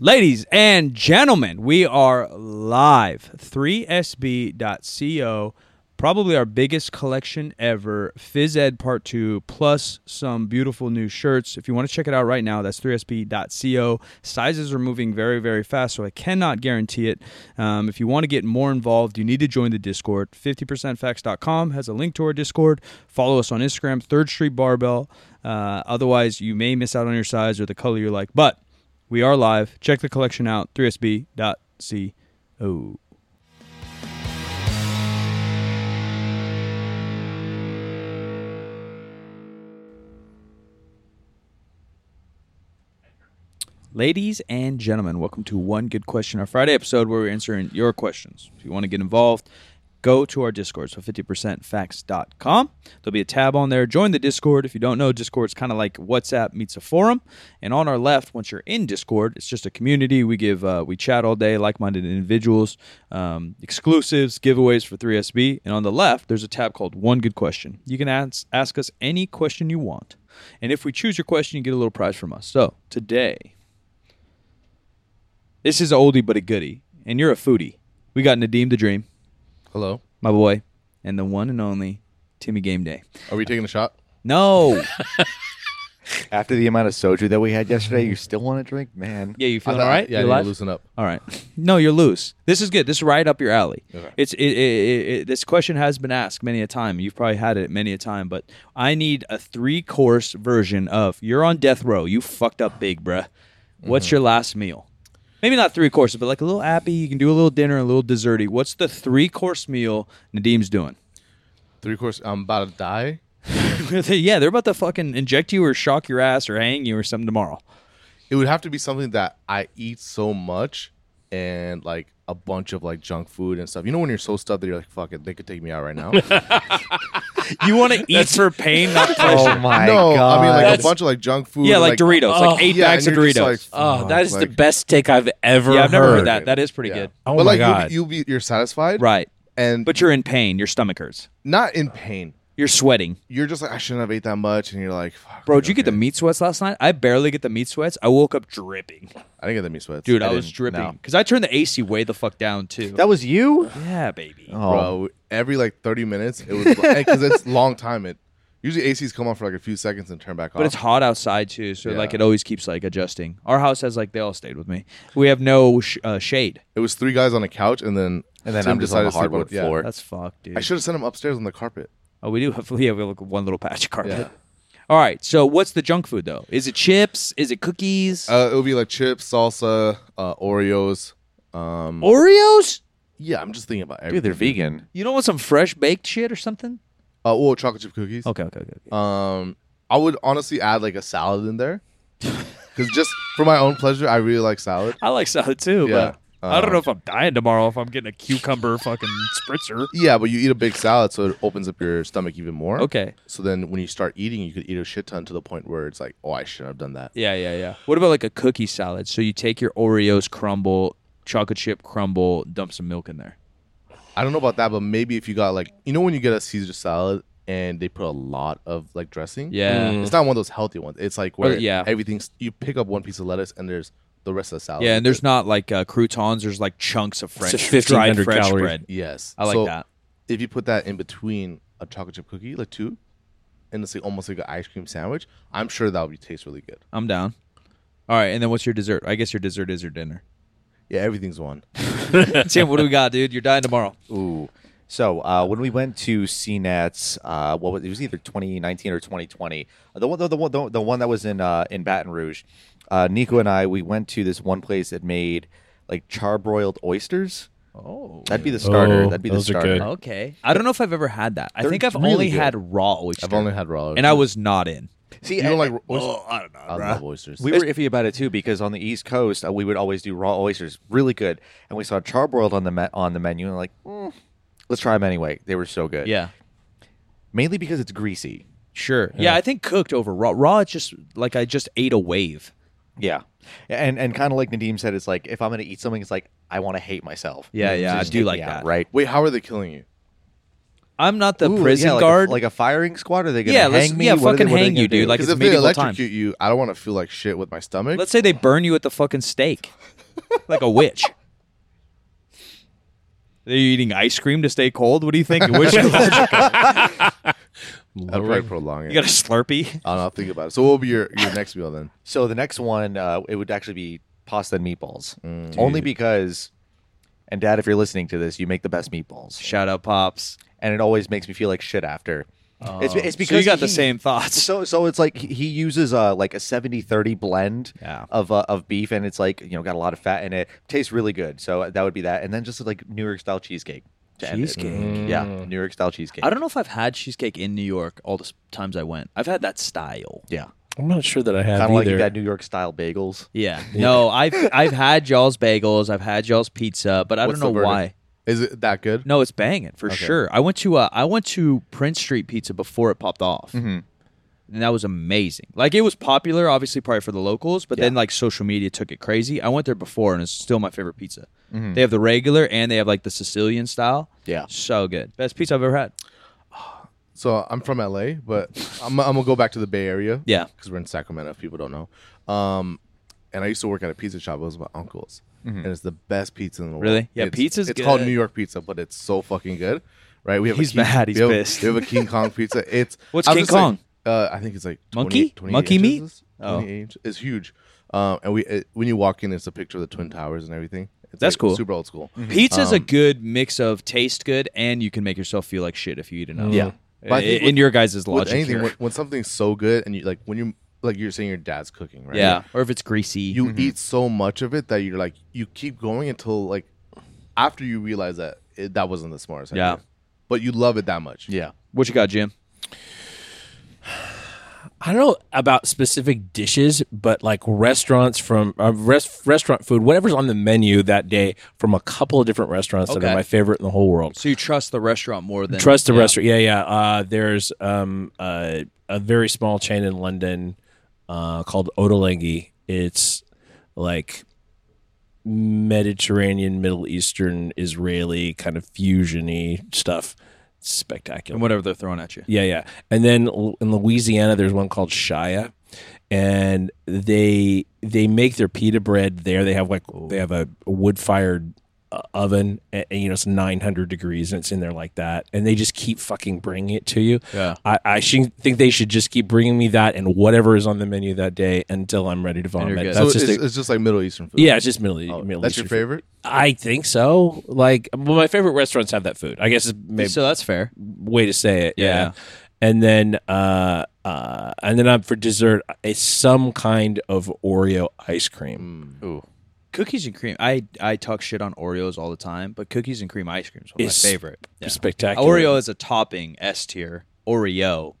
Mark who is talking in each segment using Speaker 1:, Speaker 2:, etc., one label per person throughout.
Speaker 1: Ladies and gentlemen, we are live. 3sb.co, probably our biggest collection ever. Phys Ed Part 2, plus some beautiful new shirts. If you want to check it out right now, that's 3sb.co. Sizes are moving very, very fast, so I cannot guarantee it. Um, if you want to get more involved, you need to join the Discord. 50percentfacts.com has a link to our Discord. Follow us on Instagram, Third Street Barbell. Uh, otherwise, you may miss out on your size or the color you like. But we are live. Check the collection out 3sb.co. Ladies and gentlemen, welcome to One Good Question, our Friday episode where we're answering your questions. If you want to get involved, go to our Discord, so 50percentfacts.com. There'll be a tab on there. Join the Discord. If you don't know, Discord's kind of like WhatsApp meets a forum. And on our left, once you're in Discord, it's just a community. We give, uh, we chat all day, like-minded individuals, um, exclusives, giveaways for 3SB. And on the left, there's a tab called One Good Question. You can ask, ask us any question you want. And if we choose your question, you get a little prize from us. So today, this is an oldie but a goodie, and you're a foodie. We got Nadeem the Dream
Speaker 2: Hello.
Speaker 1: my boy, and the one and only Timmy Game Day.
Speaker 2: Are we taking a shot?
Speaker 1: No,
Speaker 3: After the amount of soju that we had yesterday, you still want to drink, man?
Speaker 1: yeah, you feeling
Speaker 2: I-
Speaker 1: all right?
Speaker 2: Yeah,
Speaker 1: you
Speaker 2: I need
Speaker 1: alive?
Speaker 2: to loosen up.
Speaker 1: All right, no, you're loose. This is good. This is right up your alley.
Speaker 2: Okay.
Speaker 1: It's it, it, it, it- this question has been asked many a time. You've probably had it many a time, but I need a three course version of you're on death row. You fucked up big, bruh. What's
Speaker 2: Mm-hmm.
Speaker 1: your last meal? Maybe not three courses, but like a little appy. You can do a little dinner, a little desserty. What's the three course meal Nadeem's doing?
Speaker 2: Three course. I'm about to die.
Speaker 1: yeah, they're about to fucking inject you or shock your ass or hang you or something tomorrow.
Speaker 2: It would have to be something that I eat so much and like a bunch of like junk food and stuff. You know when you're so stuffed that you're like, fuck it, they could take me out right now.
Speaker 1: You want to eat for pain, not
Speaker 3: Oh
Speaker 1: pleasure.
Speaker 3: my
Speaker 2: no,
Speaker 3: god!
Speaker 2: I mean like
Speaker 4: That's-
Speaker 2: a bunch of like junk food.
Speaker 1: yeah,
Speaker 2: and,
Speaker 1: like, Doritos,
Speaker 4: oh,
Speaker 1: like eight
Speaker 2: yeah,
Speaker 1: bags of
Speaker 2: and you're
Speaker 1: Doritos.
Speaker 2: just like,
Speaker 4: Oh,
Speaker 2: fuck,
Speaker 4: that is the
Speaker 2: like-
Speaker 4: best take I've ever
Speaker 1: yeah, I've never heard
Speaker 4: heard
Speaker 1: that. That is pretty
Speaker 2: Yeah.
Speaker 1: good.
Speaker 4: Oh
Speaker 2: but
Speaker 4: my
Speaker 2: like
Speaker 4: God.
Speaker 2: You'll, be, you'll be you're satisfied,
Speaker 1: Right,
Speaker 2: And but
Speaker 1: but you're in pain. Your stomach hurts.
Speaker 2: not in pain.
Speaker 1: You're sweating,
Speaker 2: You're just like I shouldn't have ate that much, and you're like, fuck,
Speaker 1: bro. Did you get the
Speaker 2: okay.
Speaker 1: meat sweats last night? I barely get the meat sweats. I woke up dripping,
Speaker 2: I didn't get the meat sweats,
Speaker 1: dude. I, was
Speaker 2: didn't,
Speaker 1: dripping
Speaker 2: no.
Speaker 1: because I turned the AC way the fuck down too.
Speaker 3: that was you.
Speaker 1: yeah, baby.
Speaker 3: Oh,
Speaker 2: bro. Every like 30 minutes, it was because it's long time. It usually ACs come on for like a few seconds and turn back off.
Speaker 1: But it's hot outside too, so like
Speaker 2: Yeah.
Speaker 1: it always keeps like adjusting. Our house has like they all stayed with me. We have no sh- uh, shade.
Speaker 2: It was three guys on a couch, and then
Speaker 3: And then
Speaker 2: Tim
Speaker 3: I'm just on
Speaker 2: decided
Speaker 3: the
Speaker 2: to sleep
Speaker 3: hardwood
Speaker 2: with- yeah.
Speaker 3: floor.
Speaker 1: That's fucked, dude.
Speaker 2: I should have sent him upstairs on the carpet.
Speaker 1: Oh, we do have yeah, we have like one little patch of carpet.
Speaker 2: Yeah.
Speaker 1: All right. So what's the junk food though? Is it chips? Is it cookies?
Speaker 2: Uh, it would be like chips, salsa, uh, Oreos. Um,
Speaker 1: Oreos?
Speaker 2: yeah, I'm just thinking about
Speaker 3: dude,
Speaker 2: everything.
Speaker 3: they're vegan.
Speaker 1: You don't want some fresh baked shit or something?
Speaker 2: Uh, well, chocolate chip cookies.
Speaker 3: Oh.
Speaker 1: Okay, okay, okay. okay.
Speaker 2: Um, I would honestly add like a salad in there, because just for my own pleasure, I really like salad.
Speaker 1: I like salad too,
Speaker 2: Yeah.
Speaker 1: but I don't
Speaker 2: Um,
Speaker 1: know if I'm dying tomorrow if I'm getting a cucumber fucking spritzer.
Speaker 2: Yeah, but you eat a big salad, so it opens up your stomach even more.
Speaker 1: Okay.
Speaker 2: So then, when you start eating, you could eat a shit ton to the point where it's like, oh, I shouldn't have done that.
Speaker 1: Yeah, yeah, yeah. What about like a cookie salad? So you take your Oreos crumble, chocolate chip crumble, dump some milk in there.
Speaker 2: I don't know about that, but maybe if you got like, you know, when you get a Caesar salad and they put a lot of like dressing.
Speaker 1: Yeah.
Speaker 2: It's not one of those healthy ones. It's like where
Speaker 1: Oh, yeah.
Speaker 2: everything's you pick up one piece of lettuce and there's the rest of the salad.
Speaker 1: Yeah, and there's not like uh, croutons, there's like chunks of French
Speaker 4: a
Speaker 1: dried
Speaker 4: 1500
Speaker 1: French
Speaker 4: calorie-
Speaker 1: bread.
Speaker 2: yes.
Speaker 1: I like
Speaker 2: So
Speaker 1: that.
Speaker 2: If you put that in between a chocolate chip cookie, like two, and it's like almost like an ice cream sandwich, I'm sure that would be, taste really good.
Speaker 1: I'm down. All right, and then what's your dessert? I guess your dessert is your dinner.
Speaker 2: Yeah, everything's one.
Speaker 1: Tim, what do we got, dude? You're dying tomorrow.
Speaker 3: Ooh. So uh, when we went to CNET's, uh, what was it was either 2019 or 2020. The one, the, the one, the, the one that was in uh, in Baton Rouge. Uh, Nico and I, we went to this one place that made like charbroiled oysters.
Speaker 1: Oh.
Speaker 3: That'd be the starter.
Speaker 4: Oh,
Speaker 3: That'd be
Speaker 4: those
Speaker 3: the
Speaker 4: are
Speaker 3: starter.
Speaker 4: good.
Speaker 1: Okay. I don't know if I've ever had that. I
Speaker 2: They're
Speaker 1: think I've
Speaker 2: really
Speaker 1: only
Speaker 2: good.
Speaker 1: had raw oyster.
Speaker 2: I've only had raw.
Speaker 1: and I was not in.
Speaker 3: See,
Speaker 2: you
Speaker 3: and-
Speaker 2: don't like oysters?
Speaker 1: I don't know.
Speaker 2: I love oysters.
Speaker 3: We were iffy about it too because on the East Coast uh, we would always do raw oysters, really good, and we saw charbroiled on the me- on the menu and like, mm, let's try them anyway. They were so good.
Speaker 1: Yeah.
Speaker 3: mainly because it's greasy.
Speaker 1: Sure. Yeah. I think cooked over raw. Raw, it's just like I just ate a wave.
Speaker 3: Yeah, and and kind of like Nadim said, it's like if I'm gonna eat something, it's like I want to hate myself.
Speaker 1: Yeah,
Speaker 3: It's
Speaker 1: yeah, I
Speaker 3: just
Speaker 1: do
Speaker 3: take
Speaker 1: like
Speaker 3: me out,
Speaker 1: that.
Speaker 3: right?
Speaker 2: Wait, how are they killing you?
Speaker 1: I'm not the
Speaker 3: Ooh,
Speaker 1: prison
Speaker 3: yeah, like
Speaker 1: guard.
Speaker 3: a, like a firing squad. Are they gonna
Speaker 1: Yeah,
Speaker 3: hang
Speaker 1: let's-
Speaker 3: me?
Speaker 1: yeah,
Speaker 3: What are they-
Speaker 1: fucking
Speaker 3: what are they
Speaker 1: hang
Speaker 3: gonna
Speaker 1: you,
Speaker 3: do?
Speaker 1: dude, like-
Speaker 2: Because
Speaker 1: it's
Speaker 2: if they
Speaker 1: medieval time.
Speaker 2: electrocute you, I don't want to feel like shit with my stomach.
Speaker 1: Let's say they burn you at the fucking stake, like a witch. Are you eating ice cream to stay cold? What do you think? Witch? you got
Speaker 2: I'll probably prolong it.
Speaker 1: a Slurpee?
Speaker 2: I don't know, I'll think about it. So what will be your, your next meal then?
Speaker 3: so the next one, uh, it would actually be pasta and meatballs,
Speaker 1: Mm.
Speaker 3: only because. And Dad, if you're listening to this, you make the best meatballs,
Speaker 1: Shout out, pops.
Speaker 3: and it always makes me feel like shit after. it's, it's
Speaker 1: Oh.
Speaker 3: because
Speaker 1: so you got the
Speaker 3: he-
Speaker 1: same thoughts.
Speaker 3: So so it's like he he uses uh like a 70-30 blend
Speaker 1: Yeah.
Speaker 3: of uh, of beef and it's like you know got a lot of fat in it. Tastes really good. So that would be that and then just like New York style cheesecake. to end it.
Speaker 1: Cheesecake. Mm.
Speaker 3: Yeah, New York style cheesecake.
Speaker 1: I don't know if I've had cheesecake in New York all the s- times I went. I've had that style.
Speaker 3: Yeah.
Speaker 4: I'm not sure that I have
Speaker 3: Kind of like
Speaker 4: either.
Speaker 3: you got New York style bagels.
Speaker 1: Yeah. No, I've I've had y'all's bagels. I've had y'all's pizza, but I
Speaker 2: What's the
Speaker 1: don't know why.
Speaker 2: verdict? Is it that good?
Speaker 1: No, it's banging for sure. I went to uh, I went to Prince Street Pizza before it popped off,
Speaker 2: Mm-hmm.
Speaker 1: and that was amazing. Like it was popular, obviously, probably for the locals, but then like social media took it crazy. I went there before, and it's still my favorite pizza.
Speaker 2: Mm-hmm.
Speaker 1: They have the regular, and they have like the Sicilian style.
Speaker 3: Yeah.
Speaker 1: so good. Best pizza I've ever had.
Speaker 2: So I'm from LA, but I'm, I'm gonna go back to the Bay Area.
Speaker 1: Yeah.
Speaker 2: because we're in Sacramento. If people don't know, um, and I used to work at a pizza shop. It was my uncle's, and it's the best pizza in the world.
Speaker 1: Mm-hmm. Really? Yeah,
Speaker 2: it's,
Speaker 1: pizza's
Speaker 2: It's called
Speaker 1: good.
Speaker 2: New York pizza, but it's so fucking good. Right? We have
Speaker 1: He's
Speaker 2: a King,
Speaker 1: mad. He's
Speaker 2: we have,
Speaker 1: pissed.
Speaker 2: We have a King Kong pizza. It's
Speaker 1: What's
Speaker 2: I was
Speaker 1: King
Speaker 2: just saying,
Speaker 1: Kong?
Speaker 2: uh, I think it's like 20,
Speaker 1: Monkey?
Speaker 2: 28
Speaker 1: Monkey meat?
Speaker 2: inches,
Speaker 1: Oh.
Speaker 2: 28 inch- It's huge. Um, and we it, when you walk in, it's a picture of the twin towers and everything. It's
Speaker 1: That's
Speaker 2: like
Speaker 1: cool. Mm-hmm.
Speaker 2: Super old school.
Speaker 1: Pizza's a good mix of taste good, and you can make yourself feel like shit if you eat enough.
Speaker 2: Yeah. But I
Speaker 1: in,
Speaker 2: think
Speaker 1: in your guys'
Speaker 2: With
Speaker 1: logic.
Speaker 2: anything,
Speaker 1: here.
Speaker 2: when, when something's so good, and you like when you like you're saying your dad's cooking, right?
Speaker 1: yeah, or if it's greasy,
Speaker 2: you eat so much of it that you're like you keep going until like after you realize that it, that wasn't the smartest idea.
Speaker 1: Yeah.
Speaker 2: but you love it that much
Speaker 3: Yeah.
Speaker 1: what you got, Jim?
Speaker 4: I don't know about specific dishes, but like restaurants from uh, res- restaurant food, whatever's on the menu that day from a couple of different restaurants that
Speaker 1: Okay.
Speaker 4: are my favorite in the whole world.
Speaker 1: So you trust the restaurant more than
Speaker 4: Trust the
Speaker 1: Yeah.
Speaker 4: restaurant. Yeah, yeah. Uh, there's um, uh, a very small chain in London uh, called Ottolenghi. It's like Mediterranean, Middle Eastern, Israeli kind of fusiony stuff. Spectacular.
Speaker 1: and whatever they're throwing at you.
Speaker 4: Yeah, yeah. And then L- in Louisiana, there's one called Shia, and they they make their pita bread there. They have like they have a wood fired oven, and, and, you know it's 900 degrees, and it's in there like that. And they just keep fucking bringing it to you.
Speaker 1: Yeah.
Speaker 4: I I should think they should just keep bringing me that and whatever is on the menu that day until I'm ready to
Speaker 1: you're
Speaker 4: vomit.
Speaker 1: good.
Speaker 4: That's
Speaker 2: so
Speaker 4: just
Speaker 2: it's,
Speaker 4: a,
Speaker 2: it's just like middle eastern food
Speaker 4: yeah, it's just Middle, E,
Speaker 2: Oh,
Speaker 4: Middle
Speaker 2: that's your
Speaker 4: Eastern food.
Speaker 2: favorite
Speaker 4: I think so. Like, well, my favorite restaurants have that food. I guess it's maybe
Speaker 1: So that's fair.
Speaker 4: way to say it.
Speaker 1: Yeah.
Speaker 4: Yeah. And then uh uh and then I'm for dessert it's some kind of Oreo ice cream.
Speaker 3: Ooh.
Speaker 1: Cookies and cream. I I talk shit on Oreos all the time, but cookies and cream ice cream is one of
Speaker 4: It's
Speaker 1: my favorite. Mm, Yeah.
Speaker 4: Spectacular.
Speaker 1: Oreo is a topping, S tier. Oreo.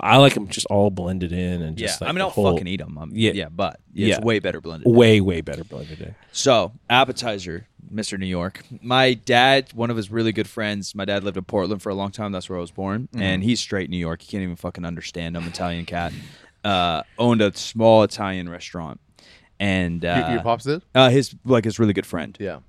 Speaker 4: I like them just all blended in and
Speaker 1: Yeah.
Speaker 4: just
Speaker 1: I
Speaker 4: like
Speaker 1: mean,
Speaker 4: the
Speaker 1: I'll
Speaker 4: whole-
Speaker 1: fucking eat them. I'm, yeah.
Speaker 4: Yeah.
Speaker 1: Yeah, but it's
Speaker 4: Yeah.
Speaker 1: way better blended.
Speaker 4: way way better blended in.
Speaker 1: So, appetizer, Mr. New York. My dad, one of his really good friends, my dad lived in Portland for a long time. That's where I was born. And he's straight New York. You can't even fucking understand him, Italian cat. Uh, owned a small Italian restaurant. And uh,
Speaker 2: Your- your pops did
Speaker 1: uh, his like his really good friend.
Speaker 2: yeah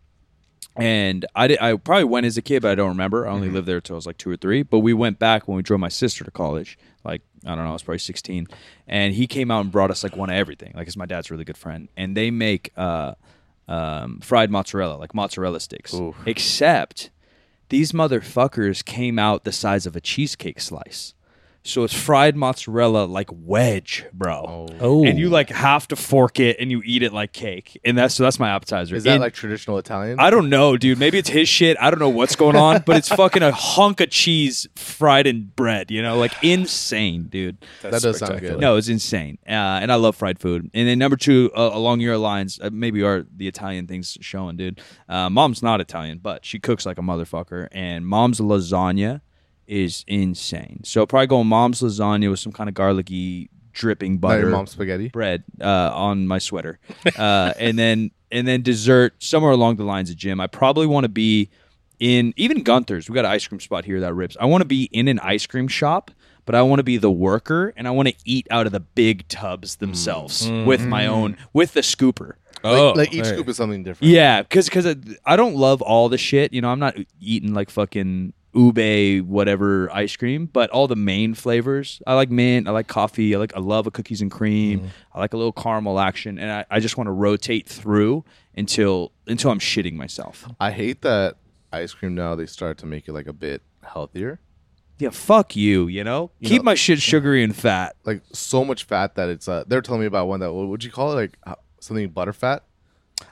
Speaker 1: And I did, I probably went as a kid, but I don't remember. I only
Speaker 2: Mm-hmm.
Speaker 1: lived there until I was like two or three. But we went back when we drove my sister to college. Like I don't know, I was probably sixteen, and he came out and brought us like one of everything. Like, it's my dad's really good friend, and they make uh, um, fried mozzarella, like mozzarella sticks. Except these motherfuckers came out the size of a cheesecake slice. So it's fried mozzarella like wedge, bro.
Speaker 4: Oh.
Speaker 1: And you like have to fork it and you eat it like cake. And that's so that's my appetizer.
Speaker 2: is that
Speaker 1: In-
Speaker 2: like traditional italian
Speaker 1: I don't know, dude. Maybe it's his shit. I don't know what's going on, but it's fucking a hunk of cheese fried in bread, you know? Like insane, dude.
Speaker 2: that does sound good
Speaker 1: No, it's insane. Uh, and I love fried food. And then number two, uh, along your lines, uh, maybe are the Italian things showing, dude. Uh, mom's not Italian, but she cooks like a motherfucker. And mom's lasagna is insane. So probably going mom's lasagna with some kind of garlicky dripping
Speaker 2: not
Speaker 1: butter
Speaker 2: your mom's spaghetti
Speaker 1: bread uh, on my sweater, uh, and then and then dessert somewhere along the lines of Jim. I probably want to be in even Gunther's. We got an ice cream spot here that rips. I want to be in an ice cream shop, but I want to be the worker and I want to eat out of the big tubs themselves with my own with the scooper.
Speaker 2: like,
Speaker 4: oh,
Speaker 2: like each
Speaker 4: there.
Speaker 2: scoop is something different
Speaker 1: Yeah, because because I, I don't love all the shit. You know, I'm not eating like fucking ube whatever ice cream, but all the main flavors. I like mint. I like coffee. I like I love a cookies and cream.
Speaker 3: Mm-hmm.
Speaker 1: I like a little caramel action, and I, I just want to rotate through until until I'm shitting myself.
Speaker 2: I hate that ice cream now they start to make it like a bit healthier.
Speaker 1: Yeah, fuck you. You know, keep my shit sugary and fat.
Speaker 2: Like so much fat that it's uh they're telling me about one that what would you call it like uh, something butterfat?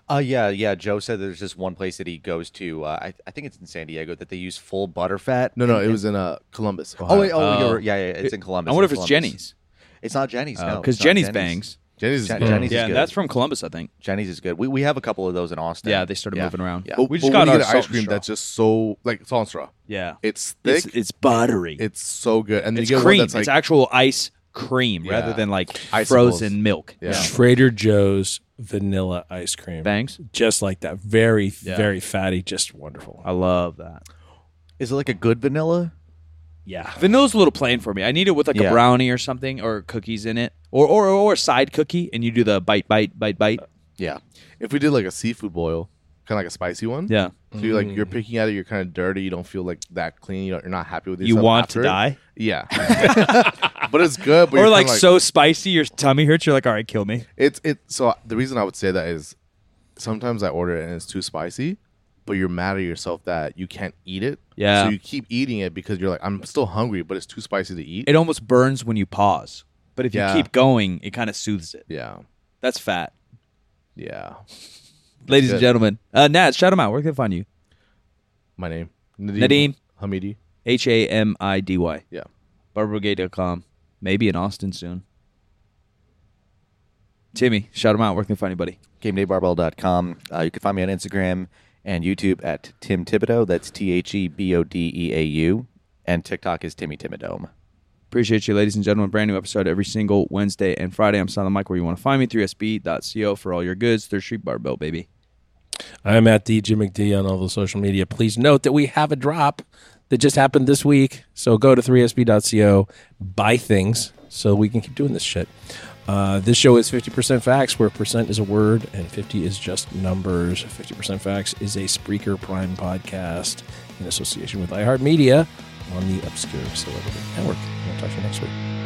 Speaker 3: Uh, yeah, yeah. Joe said there's this one place that he goes to. Uh, I, I think it's in San Diego that they use full butterfat.
Speaker 2: No, no, it was in uh Columbus.
Speaker 3: Oh
Speaker 2: Ohio.
Speaker 3: wait, oh,
Speaker 1: Oh.
Speaker 3: you're- yeah, yeah, it's in Columbus.
Speaker 1: I wonder if
Speaker 3: in
Speaker 1: it's
Speaker 3: Columbus.
Speaker 1: Jenny's
Speaker 3: It's not Jenny's, no.
Speaker 1: because
Speaker 3: it's not
Speaker 1: Jenny's, bangs.
Speaker 2: Jenny's is
Speaker 3: Jen-
Speaker 2: good.
Speaker 3: Jenny's
Speaker 1: yeah,
Speaker 3: is good.
Speaker 1: that's from Columbus, I think.
Speaker 3: Jenny's is good. We, we have a couple of those in Austin.
Speaker 1: Yeah, they started moving around.
Speaker 3: Yeah.
Speaker 2: But,
Speaker 1: we just got
Speaker 2: but when
Speaker 1: our
Speaker 2: you get an ice
Speaker 1: salt and
Speaker 2: cream
Speaker 1: straw.
Speaker 2: that's just so like salt and straw.
Speaker 1: yeah,
Speaker 2: It's thick.
Speaker 1: it's
Speaker 2: It's,
Speaker 1: it's buttery.
Speaker 2: so good, and then
Speaker 1: It's
Speaker 2: you get
Speaker 1: cream.
Speaker 2: one that's like
Speaker 1: it's actual ice cream
Speaker 2: Yeah.
Speaker 1: rather than like
Speaker 2: Icicles.
Speaker 1: frozen milk.
Speaker 2: Yeah.
Speaker 4: Trader Joe's vanilla ice cream.
Speaker 1: Thanks.
Speaker 4: Just like that. Very,
Speaker 1: Yeah.
Speaker 4: very fatty. Just wonderful.
Speaker 1: I love that.
Speaker 3: Is it like a good vanilla?
Speaker 4: Yeah.
Speaker 1: Vanilla's a little plain for me. I need it with like
Speaker 3: Yeah.
Speaker 1: a brownie or something or cookies in it. Or or or a side cookie and you do the bite bite bite bite.
Speaker 3: Yeah.
Speaker 2: if we did like a seafood boil, kind of like a spicy one.
Speaker 1: Yeah. Mm.
Speaker 2: So you're like you're picking at it. You're kind of dirty. You don't feel like that clean. You don't, you're not happy with
Speaker 1: You
Speaker 2: yourself.
Speaker 1: want
Speaker 2: after
Speaker 1: to
Speaker 2: it.
Speaker 1: die?
Speaker 2: Yeah. but it's good. But
Speaker 1: or
Speaker 2: you're
Speaker 1: like,
Speaker 2: kinda like
Speaker 1: so spicy your tummy hurts, you're like, all right, kill me.
Speaker 2: It's it. So the reason I would say that is sometimes I order it and it's too spicy, but you're mad at yourself that you can't eat it.
Speaker 1: Yeah.
Speaker 2: So you keep eating it because you're like, I'm still hungry, but it's too spicy to eat.
Speaker 1: It almost burns when you pause. But if
Speaker 2: Yeah.
Speaker 1: you keep going, it kind of soothes it.
Speaker 2: yeah.
Speaker 1: That's fat.
Speaker 2: Yeah.
Speaker 1: Ladies and
Speaker 2: Good.
Speaker 1: gentlemen. Uh Nat, shout them out. Where can they find you?
Speaker 2: My name.
Speaker 1: Nadeem.
Speaker 2: Hamidi.
Speaker 1: H A M I D Y.
Speaker 2: Yeah.
Speaker 1: BarberBrigade.com. Maybe in Austin soon. Timmy, shout him out. Where can they find anybody?
Speaker 3: GameDayBarbell.com. Uh, you can find me on Instagram and YouTube at Tim Thibodeau. That's T H E B O D E A U. And TikTok is Timmy Timidome.
Speaker 1: Appreciate you, ladies and gentlemen. Brand new episode every single Wednesday and Friday. I'm Silent Mike, where you want to find me, 3sb.co for all your goods. Third Street Barbell, baby.
Speaker 4: I'm at the Jim McD on all the social media. Please note that we have a drop that just happened this week. So go to 3sb.co, buy things so we can keep doing this shit. Uh, this show is 50% facts, where percent is a word and 50 is just numbers. 50% facts is a Spreaker Prime podcast in association with iHeartMedia on the Obscure Celebrity Network. We'll talk to you next week.